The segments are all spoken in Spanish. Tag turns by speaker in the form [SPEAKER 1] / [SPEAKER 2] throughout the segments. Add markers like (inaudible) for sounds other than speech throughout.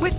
[SPEAKER 1] With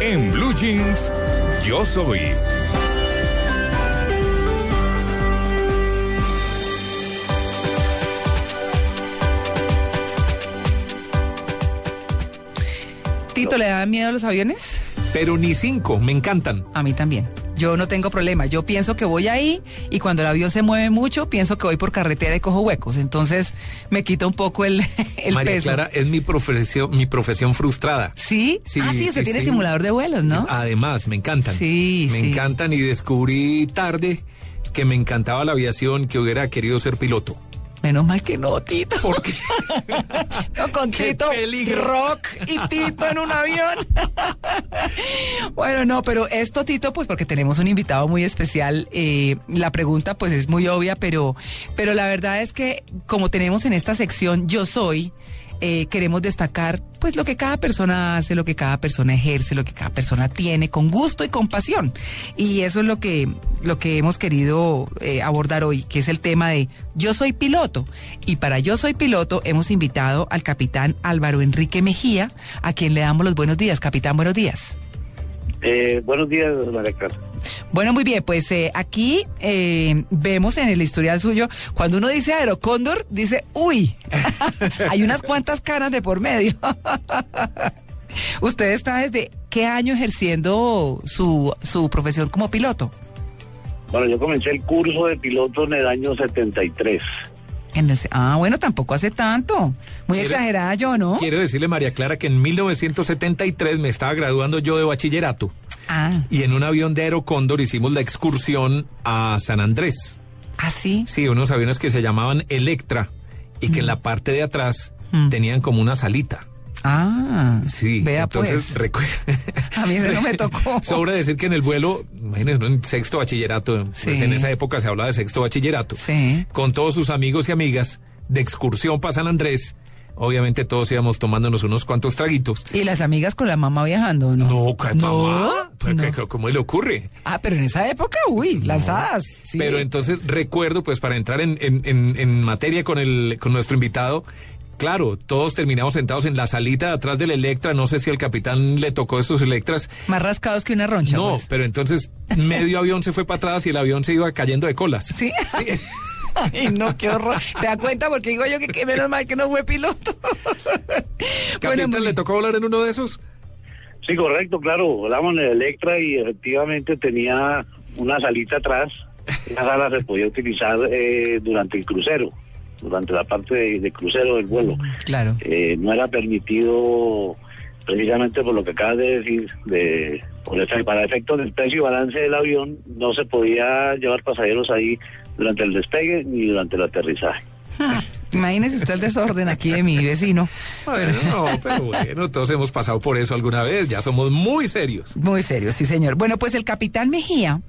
[SPEAKER 2] En Blue Jeans, yo soy.
[SPEAKER 3] Tito, ¿le da miedo los aviones?
[SPEAKER 2] Pero ni cinco, me encantan.
[SPEAKER 3] A mí también. Yo no tengo problema. Yo pienso que voy ahí y cuando el avión se mueve mucho, pienso que voy por carretera y cojo huecos. Entonces me quita un poco el, (laughs) el
[SPEAKER 2] María
[SPEAKER 3] peso.
[SPEAKER 2] Clara es mi profesión, mi profesión frustrada.
[SPEAKER 3] ¿Sí?
[SPEAKER 2] Sí,
[SPEAKER 3] ah, sí,
[SPEAKER 2] sí,
[SPEAKER 3] usted tiene
[SPEAKER 2] sí. Ah.
[SPEAKER 3] simulador de vuelos, ¿no?
[SPEAKER 2] Además, me encantan.
[SPEAKER 3] Sí,
[SPEAKER 2] Me
[SPEAKER 3] sí.
[SPEAKER 2] encantan y descubrí tarde que me encantaba la aviación, que hubiera querido ser piloto.
[SPEAKER 3] Menos mal que no, Tito. (laughs) Porque con
[SPEAKER 2] ¡Qué
[SPEAKER 3] Tito,
[SPEAKER 2] peligro!
[SPEAKER 3] Rock y Tito en un avión. bueno, no, pero esto, Tito, pues porque tenemos un invitado muy especial. eh, la pregunta, pues, es muy obvia, pero, pero la verdad es que como tenemos en esta sección Yo Soy, eh, queremos destacar pues lo que cada persona hace, lo que cada persona ejerce, lo que cada persona tiene, con gusto y con pasión. Y eso es lo que, lo que hemos querido eh, abordar hoy, que es el tema de Yo soy piloto. Y para Yo soy piloto hemos invitado al capitán Álvaro Enrique Mejía, a quien le damos los buenos días. Capitán, buenos días.
[SPEAKER 4] Eh, buenos días, María Clara.
[SPEAKER 3] Bueno, muy bien, pues eh, aquí eh, vemos en el historial suyo, cuando uno dice Aerocóndor, dice, uy, (laughs) hay unas cuantas caras de por medio. (laughs) ¿Usted está desde qué año ejerciendo su, su profesión como piloto?
[SPEAKER 4] Bueno, yo comencé el curso de piloto en el año 73.
[SPEAKER 3] En el- ah, bueno, tampoco hace tanto. Muy
[SPEAKER 2] Quiero-
[SPEAKER 3] exagerada yo, ¿no?
[SPEAKER 2] Quiero decirle, María Clara, que en 1973 me estaba graduando yo de bachillerato
[SPEAKER 3] Ah,
[SPEAKER 2] y en un avión de Aerocóndor hicimos la excursión a San Andrés.
[SPEAKER 3] así.
[SPEAKER 2] Sí, unos aviones que se llamaban Electra y que en la parte de atrás
[SPEAKER 3] Mm.
[SPEAKER 2] tenían como una salita.
[SPEAKER 3] Ah,
[SPEAKER 2] Sí,
[SPEAKER 3] Vea
[SPEAKER 2] entonces
[SPEAKER 3] pues.
[SPEAKER 2] recuerda.
[SPEAKER 3] (laughs) A mí ese no
[SPEAKER 2] (laughs)
[SPEAKER 3] me tocó.
[SPEAKER 2] Sobre decir que en el vuelo, imagínense, ¿no? en sexto bachillerato,
[SPEAKER 3] Sí.
[SPEAKER 2] pues en esa época se hablaba de sexto bachillerato,
[SPEAKER 3] Sí.
[SPEAKER 2] con todos sus amigos y amigas de excursión para San Andrés, obviamente todos íbamos tomándonos unos cuantos traguitos.
[SPEAKER 3] ¿Y las amigas con la mamá viajando, no?
[SPEAKER 2] No, ca- mamá,
[SPEAKER 3] No,
[SPEAKER 2] pues,
[SPEAKER 3] no.
[SPEAKER 2] ca- ca- ¿cómo le ocurre?
[SPEAKER 3] Ah, pero en esa época, uy, lanzadas. sí.
[SPEAKER 2] Pero entonces recuerdo, pues para entrar en, en- en- en materia con, el, con nuestro invitado, claro, todos terminamos sentados en la salita de atrás del Electra, no sé si al capitán le tocó estos Electras,
[SPEAKER 3] Más rascados que una roncha.
[SPEAKER 2] No,
[SPEAKER 3] pues.
[SPEAKER 2] pero entonces medio avión se fue para atrás y el avión se iba cayendo de colas.
[SPEAKER 3] ¿Sí? (laughs) Ay, no, qué horror. ¿Se da cuenta? Porque digo yo que, que menos mal que no fue piloto.
[SPEAKER 2] (laughs) Capitán,
[SPEAKER 3] muy
[SPEAKER 2] ¿le
[SPEAKER 3] bien.
[SPEAKER 2] tocó volar en uno de esos?
[SPEAKER 4] Sí, correcto, claro. Volamos en el Electra y efectivamente tenía una salita atrás. Esa sala se podía utilizar eh, durante el crucero, durante la parte de, de crucero del vuelo.
[SPEAKER 3] Claro.
[SPEAKER 4] Eh, no era permitido precisamente por lo que acabas de decir, de, por efe- para efectos del peso y balance del avión, no se podía llevar pasajeros ahí durante el despegue ni durante el aterrizaje.
[SPEAKER 3] Imagínese usted el desorden aquí de mi vecino.
[SPEAKER 2] Bueno, no,
[SPEAKER 3] (laughs)
[SPEAKER 2] pero bueno, todos hemos pasado por eso alguna vez, ya somos muy serios.
[SPEAKER 3] Muy serio, sí, señor. Bueno, pues el capitán Mejía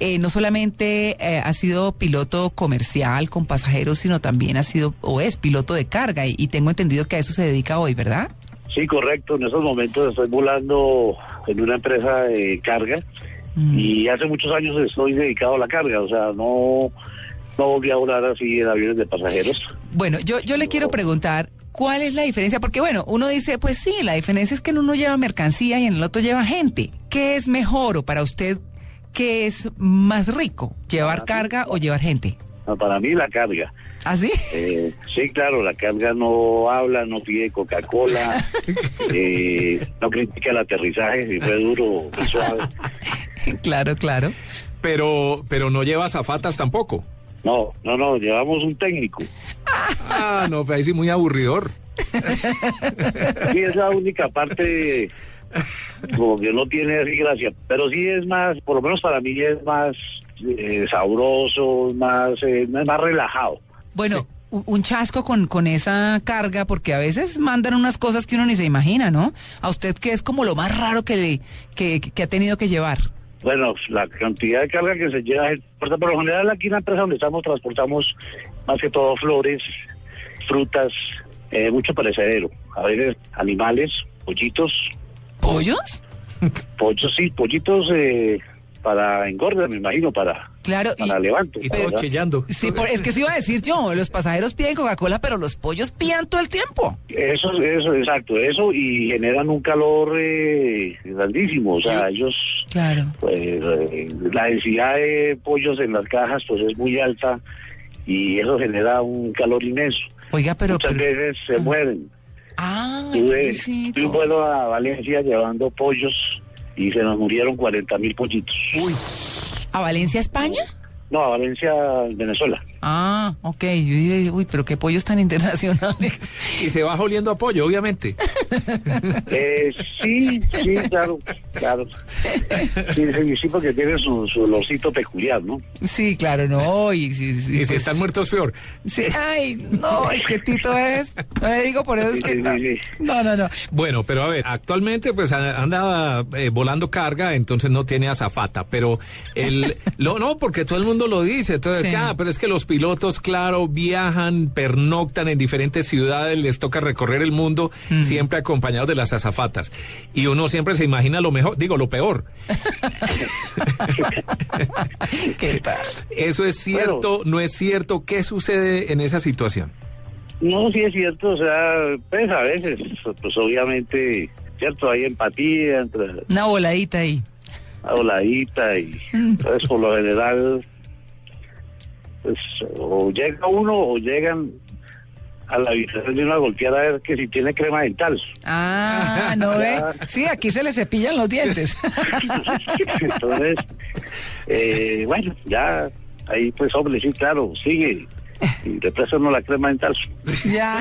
[SPEAKER 3] eh, no solamente eh, ha sido piloto comercial con pasajeros, sino también ha sido o es piloto de carga. Y, y tengo entendido que a eso se dedica hoy, ¿verdad?
[SPEAKER 4] Sí, correcto. En estos momentos estoy volando en una empresa de carga y hace muchos años estoy dedicado a la carga. O sea, no, no volví a volar así en aviones de pasajeros.
[SPEAKER 3] Bueno, yo, yo le quiero preguntar, ¿cuál es la diferencia? Porque bueno, uno dice, pues sí, la diferencia es que en uno lleva mercancía y en el otro lleva gente. ¿Qué es mejor o para usted qué es más rico, llevar carga o llevar gente? ¿Ah,
[SPEAKER 4] No, Para mí la carga.
[SPEAKER 3] ¿Así?
[SPEAKER 4] Eh, sí, claro, la carga no habla, no pide Coca-Cola, eh, no critica el aterrizaje, si fue duro, fue suave.
[SPEAKER 3] (laughs) claro, claro.
[SPEAKER 2] Pero, pero no lleva zafatas tampoco.
[SPEAKER 4] No, no, no, llevamos un técnico.
[SPEAKER 2] Ah, no, pero ahí sí muy aburridor.
[SPEAKER 4] Sí, es la única parte como que no tiene así gracia, pero sí es más, por lo menos para mí es más eh, sabroso, más eh, más relajado.
[SPEAKER 3] Bueno, u- un chasco con, con esa carga, porque a veces mandan unas cosas que uno ni se imagina, ¿no? A usted que es como lo más raro que, le, que, que ha tenido que llevar.
[SPEAKER 4] Bueno, la cantidad de carga que se lleva, por por lo general aquí en la empresa donde estamos transportamos más que todo flores, frutas, eh, mucho perecedero, a veces animales, pollitos,
[SPEAKER 3] ¿Pollos?
[SPEAKER 4] pollos sí, pollitos eh, para engorda, me imagino, para,
[SPEAKER 3] Claro, y-
[SPEAKER 4] para levante.
[SPEAKER 2] Y
[SPEAKER 4] para-
[SPEAKER 2] todos chillando.
[SPEAKER 3] Sí, por- es que se iba a decir yo, los pasajeros piden Coca-Cola, pero los pollos pían todo el tiempo.
[SPEAKER 4] Eso, eso, exacto, eso y generan un calor eh, grandísimo, o sea, ellos
[SPEAKER 3] Claro.
[SPEAKER 4] pues, eh, la densidad de pollos en las cajas pues es muy alta y eso genera un calor inmenso.
[SPEAKER 3] Oiga, pero...
[SPEAKER 4] Muchas
[SPEAKER 3] pero-
[SPEAKER 4] veces se mueren.
[SPEAKER 3] ah,
[SPEAKER 4] Tuve, tuve
[SPEAKER 3] pobrecitos.
[SPEAKER 4] un vuelo a Valencia llevando pollos y se nos murieron 40 mil pollitos.
[SPEAKER 3] ¿A Valencia, España?
[SPEAKER 4] No, a Valencia,
[SPEAKER 3] (laughs)
[SPEAKER 4] Venezuela.
[SPEAKER 3] Ah, ok. Yo dije, Uy, pero qué pollos tan internacionales. (laughs)
[SPEAKER 2] Y se va oliendo a pollo, obviamente.
[SPEAKER 4] Eh, sí, sí, claro, claro. Sí, sí, sí, porque tiene su, su olorcito peculiar, ¿no?
[SPEAKER 3] Sí, claro, no. Y, sí, sí,
[SPEAKER 2] Y si
[SPEAKER 3] pues,
[SPEAKER 2] están muertos, peor.
[SPEAKER 3] sí, Ay, no, es que Tito es... No le digo por eso es que...
[SPEAKER 4] Sí,
[SPEAKER 3] No,
[SPEAKER 4] sí, sí.
[SPEAKER 3] no, no. no.
[SPEAKER 2] Bueno, pero a ver, actualmente pues a- anda eh, volando carga, entonces no tiene azafata, pero
[SPEAKER 3] (laughs)
[SPEAKER 2] el lo, no, porque todo el mundo lo dice, entonces,
[SPEAKER 3] Sí.
[SPEAKER 2] ah, pero es que los pilotos, claro, viajan, pernoctan en diferentes ciudades, les toca recorrer el mundo,
[SPEAKER 3] Mm.
[SPEAKER 2] siempre acompañados de las azafatas. Y uno siempre se imagina lo mejor, digo, lo peor.
[SPEAKER 3] (laughs) ¿Qué tal?
[SPEAKER 2] ¿Eso es cierto? ¿No es cierto? ¿Qué sucede en esa situación?
[SPEAKER 4] No, sí es cierto, o sea, pues a veces, pues obviamente, cierto, hay empatía entre
[SPEAKER 3] Una voladita ahí.
[SPEAKER 4] la voladita y entonces por lo general, pues o llega uno o llegan a la habitación de uno a golpear a ver que si tiene crema dental. (laughs)
[SPEAKER 3] Ah, no ve. Sí, aquí se le cepillan los dientes. (laughs)
[SPEAKER 4] Entonces, eh, bueno, ya ahí pues hombre, sí, claro, sigue y después uno la crema dental.
[SPEAKER 3] ya.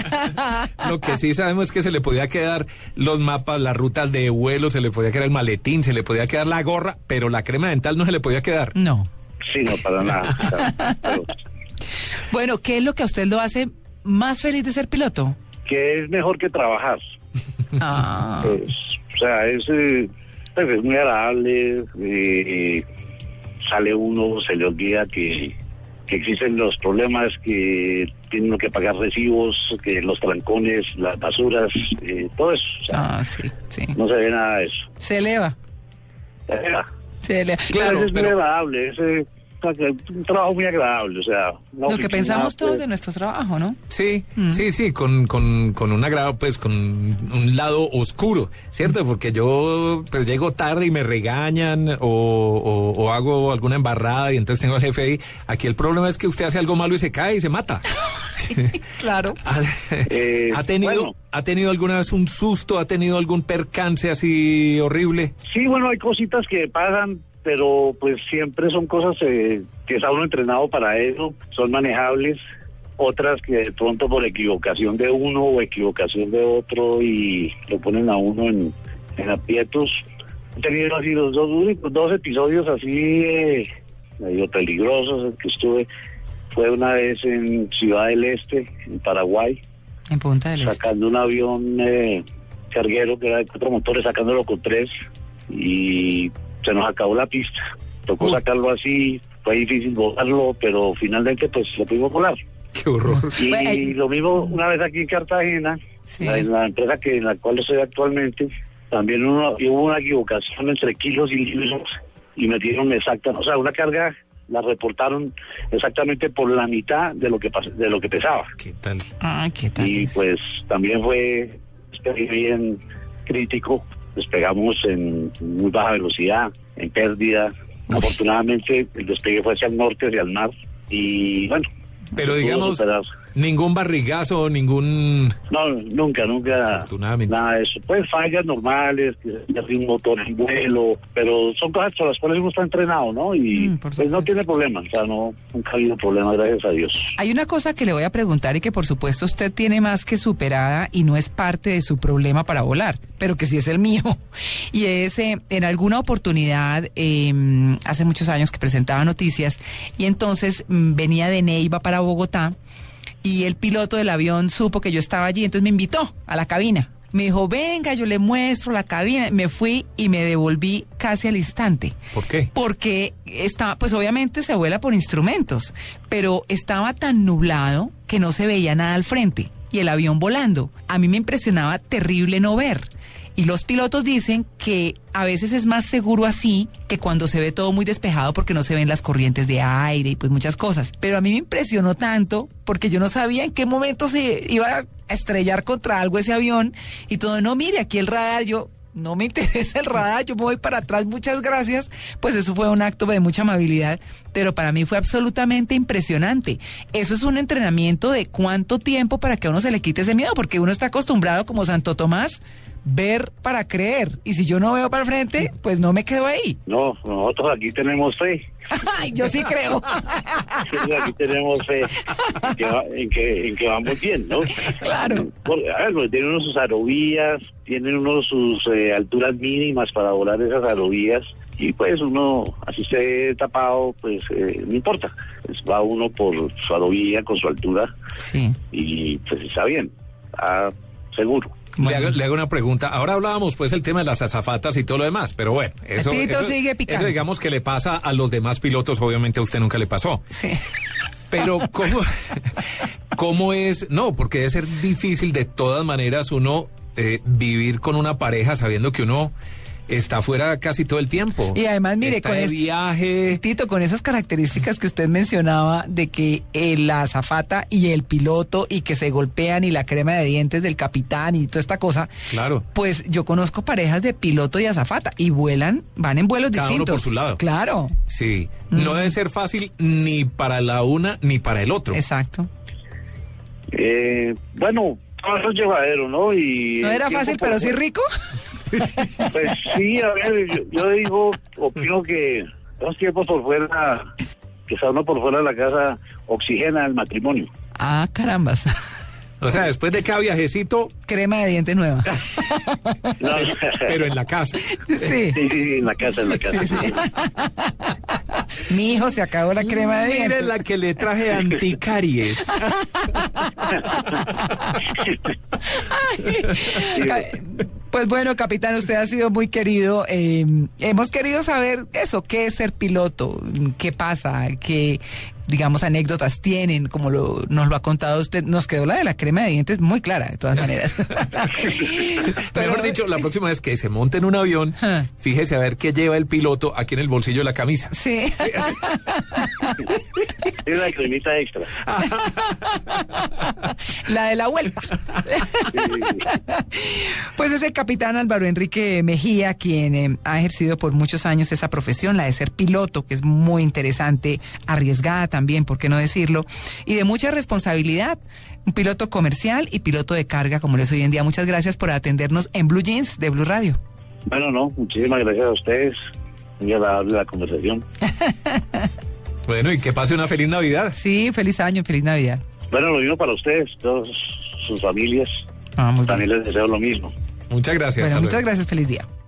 [SPEAKER 2] Lo que sí sabemos es que se le podía quedar los mapas, las rutas de vuelo, se le podía quedar el maletín, se le podía quedar la gorra, pero la crema dental no se le podía quedar.
[SPEAKER 3] No.
[SPEAKER 4] Sí, no, para nada. claro, pero, (laughs)
[SPEAKER 3] Bueno, ¿qué es lo que a usted lo hace más feliz de ser
[SPEAKER 4] (laughs)
[SPEAKER 3] piloto?
[SPEAKER 4] que es mejor que trabajar.
[SPEAKER 3] Ah,
[SPEAKER 4] Pues, o sea, es, eh, pues, es muy agradable. eh, sale uno, se le olvida que, que existen los problemas, que tiene uno que pagar recibos, que los trancones, las basuras, eh, todo eso. O sea,
[SPEAKER 3] ah, sí, sí.
[SPEAKER 4] No se ve nada de eso.
[SPEAKER 3] Se eleva,
[SPEAKER 4] Era.
[SPEAKER 3] se eleva.
[SPEAKER 2] Claro,
[SPEAKER 4] Pero es
[SPEAKER 2] pero-
[SPEAKER 4] muy agradable, es eh, un trabajo muy agradable. O sea, una
[SPEAKER 3] Lo que
[SPEAKER 4] oficina,
[SPEAKER 3] pensamos todos
[SPEAKER 4] pues,
[SPEAKER 3] de nuestro trabajo, ¿no?
[SPEAKER 2] Sí, sí, sí, con, con, con un agrado, pues con un lado oscuro, ¿cierto? Porque yo pues, llego tarde y me regañan o, o- o hago alguna embarrada y entonces tengo al jefe ahí. Aquí el problema es que usted hace algo malo y se cae y se (laughs) mata.
[SPEAKER 3] Claro.
[SPEAKER 2] (laughs) ¿Ha,
[SPEAKER 4] Eh,
[SPEAKER 2] ha tenido,
[SPEAKER 4] bueno.
[SPEAKER 2] ¿Ha tenido alguna vez un susto? ¿Ha tenido algún percance así horrible? (laughs)
[SPEAKER 4] Sí, bueno, hay cositas que pasan, pero pues siempre son cosas eh, que está uno entrenado para eso, son manejables. Otras que de pronto por equivocación de uno o equivocación de otro y lo ponen a uno en, en aprietos. He tenido así los dos, únicos- dos episodios así eh, medio peligrosos en que estuve. Fue una vez en Ciudad del Este, en Paraguay
[SPEAKER 3] En Punta del Este.
[SPEAKER 4] sacando un avión eh, carguero que era de cuatro motores, sacándolo con tres y se nos acabó la pista. Tocó
[SPEAKER 2] Uy.
[SPEAKER 4] sacarlo así, fue difícil volarlo, pero finalmente pues lo pudimos volar.
[SPEAKER 2] Qué horror.
[SPEAKER 4] Y
[SPEAKER 3] Bueno, ahí-
[SPEAKER 4] lo mismo una vez aquí en Cartagena,
[SPEAKER 3] Sí.
[SPEAKER 4] en la empresa que en la cual estoy actualmente, también uno- hubo una equivocación entre kilos y libros y metieron exacta, o sea, una carga la reportaron exactamente por la mitad de lo que pas- de lo que pesaba.
[SPEAKER 2] ¿Qué tal?
[SPEAKER 3] Ay, este. Ah, qué tal.
[SPEAKER 4] Y
[SPEAKER 3] es?
[SPEAKER 4] pues también fue bien crítico. Despegamos en muy baja velocidad, en pérdida. Afortunadamente el despegue fue hacia el norte, hacia el mar. Y bueno.
[SPEAKER 2] Pero
[SPEAKER 4] se pudo
[SPEAKER 2] digamos,
[SPEAKER 4] superar.
[SPEAKER 2] ningún barrigazo, ningún...
[SPEAKER 4] No, nunca, nunca.
[SPEAKER 2] Afortunadamente.
[SPEAKER 4] Nada de eso. Pues fallas normales, que se pierde un motor en vuelo. Pero son cosas por las cuales uno está entrenado, ¿no? Y
[SPEAKER 3] Mm, por
[SPEAKER 4] pues no
[SPEAKER 3] supuesto.
[SPEAKER 4] tiene problemas. O sea, no, nunca ha habido problemas, gracias a Dios.
[SPEAKER 3] Hay una cosa que le voy a preguntar y que por supuesto usted tiene más que superada y no es parte de su problema para volar, pero que sí es el mío. (laughs) Y es eh, en alguna oportunidad, eh, hace muchos años que presentaba noticias, y entonces mm, venía de Neiva para Bogotá. y el piloto del avión supo que yo estaba allí, entonces me invitó a la cabina. Me dijo, venga, yo le muestro la cabina. Me fui y me devolví casi al instante.
[SPEAKER 2] ¿Por qué?
[SPEAKER 3] Porque estaba, pues obviamente se vuela por instrumentos, pero estaba tan nublado que no se veía nada al frente y el avión volando. A mí me impresionaba terrible no ver. Y los pilotos dicen que a veces es más seguro así que cuando se ve todo muy despejado porque no se ven las corrientes de aire y pues muchas cosas. Pero a mí me impresionó tanto porque yo no sabía en qué momento se iba a estrellar contra algo ese avión y todo, no, mire, aquí el radar, yo, no me interesa el radar, yo me voy para atrás, muchas gracias. Pues eso fue un acto de mucha amabilidad, pero para mí fue absolutamente impresionante. Eso es un entrenamiento de cuánto tiempo para que a uno se le quite ese miedo, porque uno está acostumbrado como Santo Tomás, ver para creer. Y si yo no veo para el frente, pues no me quedo ahí. (laughs)
[SPEAKER 4] No, nosotros aquí tenemos fe.
[SPEAKER 3] Ay, yo sí creo.
[SPEAKER 4] Nosotros aquí tenemos fe en que, va- en que- en que vamos bien, ¿no?
[SPEAKER 3] Claro.
[SPEAKER 4] Porque, a ver, porque tienen unos sus aerovías, tienen unos sus eh, alturas mínimas para volar esas aerovías y pues uno, así esté tapado, pues eh, no importa. Pues va uno por su aerovía con su altura
[SPEAKER 3] Sí.
[SPEAKER 4] y pues está bien, está seguro.
[SPEAKER 2] Le, hago, le hago una pregunta. Ahora hablábamos pues el tema de las azafatas y todo lo demás, pero bueno, eso,
[SPEAKER 3] Tito
[SPEAKER 2] eso-
[SPEAKER 3] sigue picando.
[SPEAKER 2] eso digamos que le pasa a los demás pilotos, obviamente a usted nunca le pasó.
[SPEAKER 3] Sí. (laughs)
[SPEAKER 2] Pero ¿cómo, (laughs) cómo es? No, porque debe ser difícil de todas maneras uno eh, vivir con una pareja sabiendo que uno está fuera casi todo el tiempo.
[SPEAKER 3] Y además, mire,
[SPEAKER 2] Está
[SPEAKER 3] con
[SPEAKER 2] de
[SPEAKER 3] es-
[SPEAKER 2] viaje.
[SPEAKER 3] Eh, Tito, con esas características que usted mencionaba de que eh, la azafata y el piloto y que se golpean y la crema de dientes del capitán y toda esta cosa.
[SPEAKER 2] Claro.
[SPEAKER 3] Pues yo conozco parejas de piloto y azafata y vuelan, van en vuelos
[SPEAKER 2] Cada uno
[SPEAKER 3] distintos.
[SPEAKER 2] por su lado.
[SPEAKER 3] Claro,
[SPEAKER 2] Sí, no
[SPEAKER 3] Mm.
[SPEAKER 2] debe ser fácil ni para la una ni para el otro.
[SPEAKER 3] exacto.
[SPEAKER 4] Eh, bueno, todo eso es llevadero, ¿no? Y
[SPEAKER 3] No
[SPEAKER 4] el
[SPEAKER 3] era
[SPEAKER 4] tiempo,
[SPEAKER 3] fácil,
[SPEAKER 4] pues,
[SPEAKER 3] pero sí rico.
[SPEAKER 4] Pues sí, a ver, yo, yo digo, opino que dos tiempos por fuera, que está uno por fuera de la casa, oxigena el matrimonio.
[SPEAKER 3] Ah, carambas. (laughs)
[SPEAKER 2] O sea, después de cada viajecito,
[SPEAKER 3] Crema de dientes nueva. (laughs)
[SPEAKER 4] No,
[SPEAKER 2] (laughs) pero en la casa.
[SPEAKER 3] Sí.
[SPEAKER 4] (laughs) sí, sí, sí, en la casa, en la casa.
[SPEAKER 3] (laughs) Mi hijo se acabó la crema de
[SPEAKER 2] Mire
[SPEAKER 3] dientes.
[SPEAKER 2] la que le traje
[SPEAKER 3] (laughs)
[SPEAKER 2] anticaries.
[SPEAKER 3] Ca- Pues bueno, capitán, usted ha sido muy querido. eh, hemos querido saber eso, qué es ser piloto, qué pasa, qué, digamos, anécdotas tienen, como lo, nos lo ha contado usted. Nos quedó la de la crema de dientes muy clara, de todas
[SPEAKER 2] (laughs)
[SPEAKER 3] maneras. Pero-
[SPEAKER 2] Mejor dicho, la próxima vez que se monte en un avión,
[SPEAKER 3] Ah.
[SPEAKER 2] fíjese a ver qué lleva el piloto aquí en el bolsillo de la camisa.
[SPEAKER 3] Sí.
[SPEAKER 4] (laughs)
[SPEAKER 3] (laughs)
[SPEAKER 4] Es la cremita extra.
[SPEAKER 3] La de la vuelta. pues es el capitán Álvaro Enrique Mejía quien eh, ha ejercido por muchos años esa profesión, la de ser piloto, que es muy interesante, arriesgada también, por qué no decirlo, y de mucha responsabilidad. Un piloto comercial y piloto de carga, como lo es hoy en día. Muchas gracias por atendernos en Blue Jeans de Blue Radio.
[SPEAKER 4] Bueno, no, muchísimas gracias a ustedes. Muy agradable la conversación.
[SPEAKER 2] Bueno, y que pase una feliz Navidad.
[SPEAKER 3] Sí, feliz año, feliz Navidad.
[SPEAKER 4] Bueno, lo mismo para ustedes, todas sus familias.
[SPEAKER 3] Ah, muy bien.
[SPEAKER 4] También les deseo lo mismo.
[SPEAKER 2] Muchas gracias.
[SPEAKER 3] Bueno,
[SPEAKER 2] hasta
[SPEAKER 3] muchas
[SPEAKER 2] luego.
[SPEAKER 3] gracias, feliz día.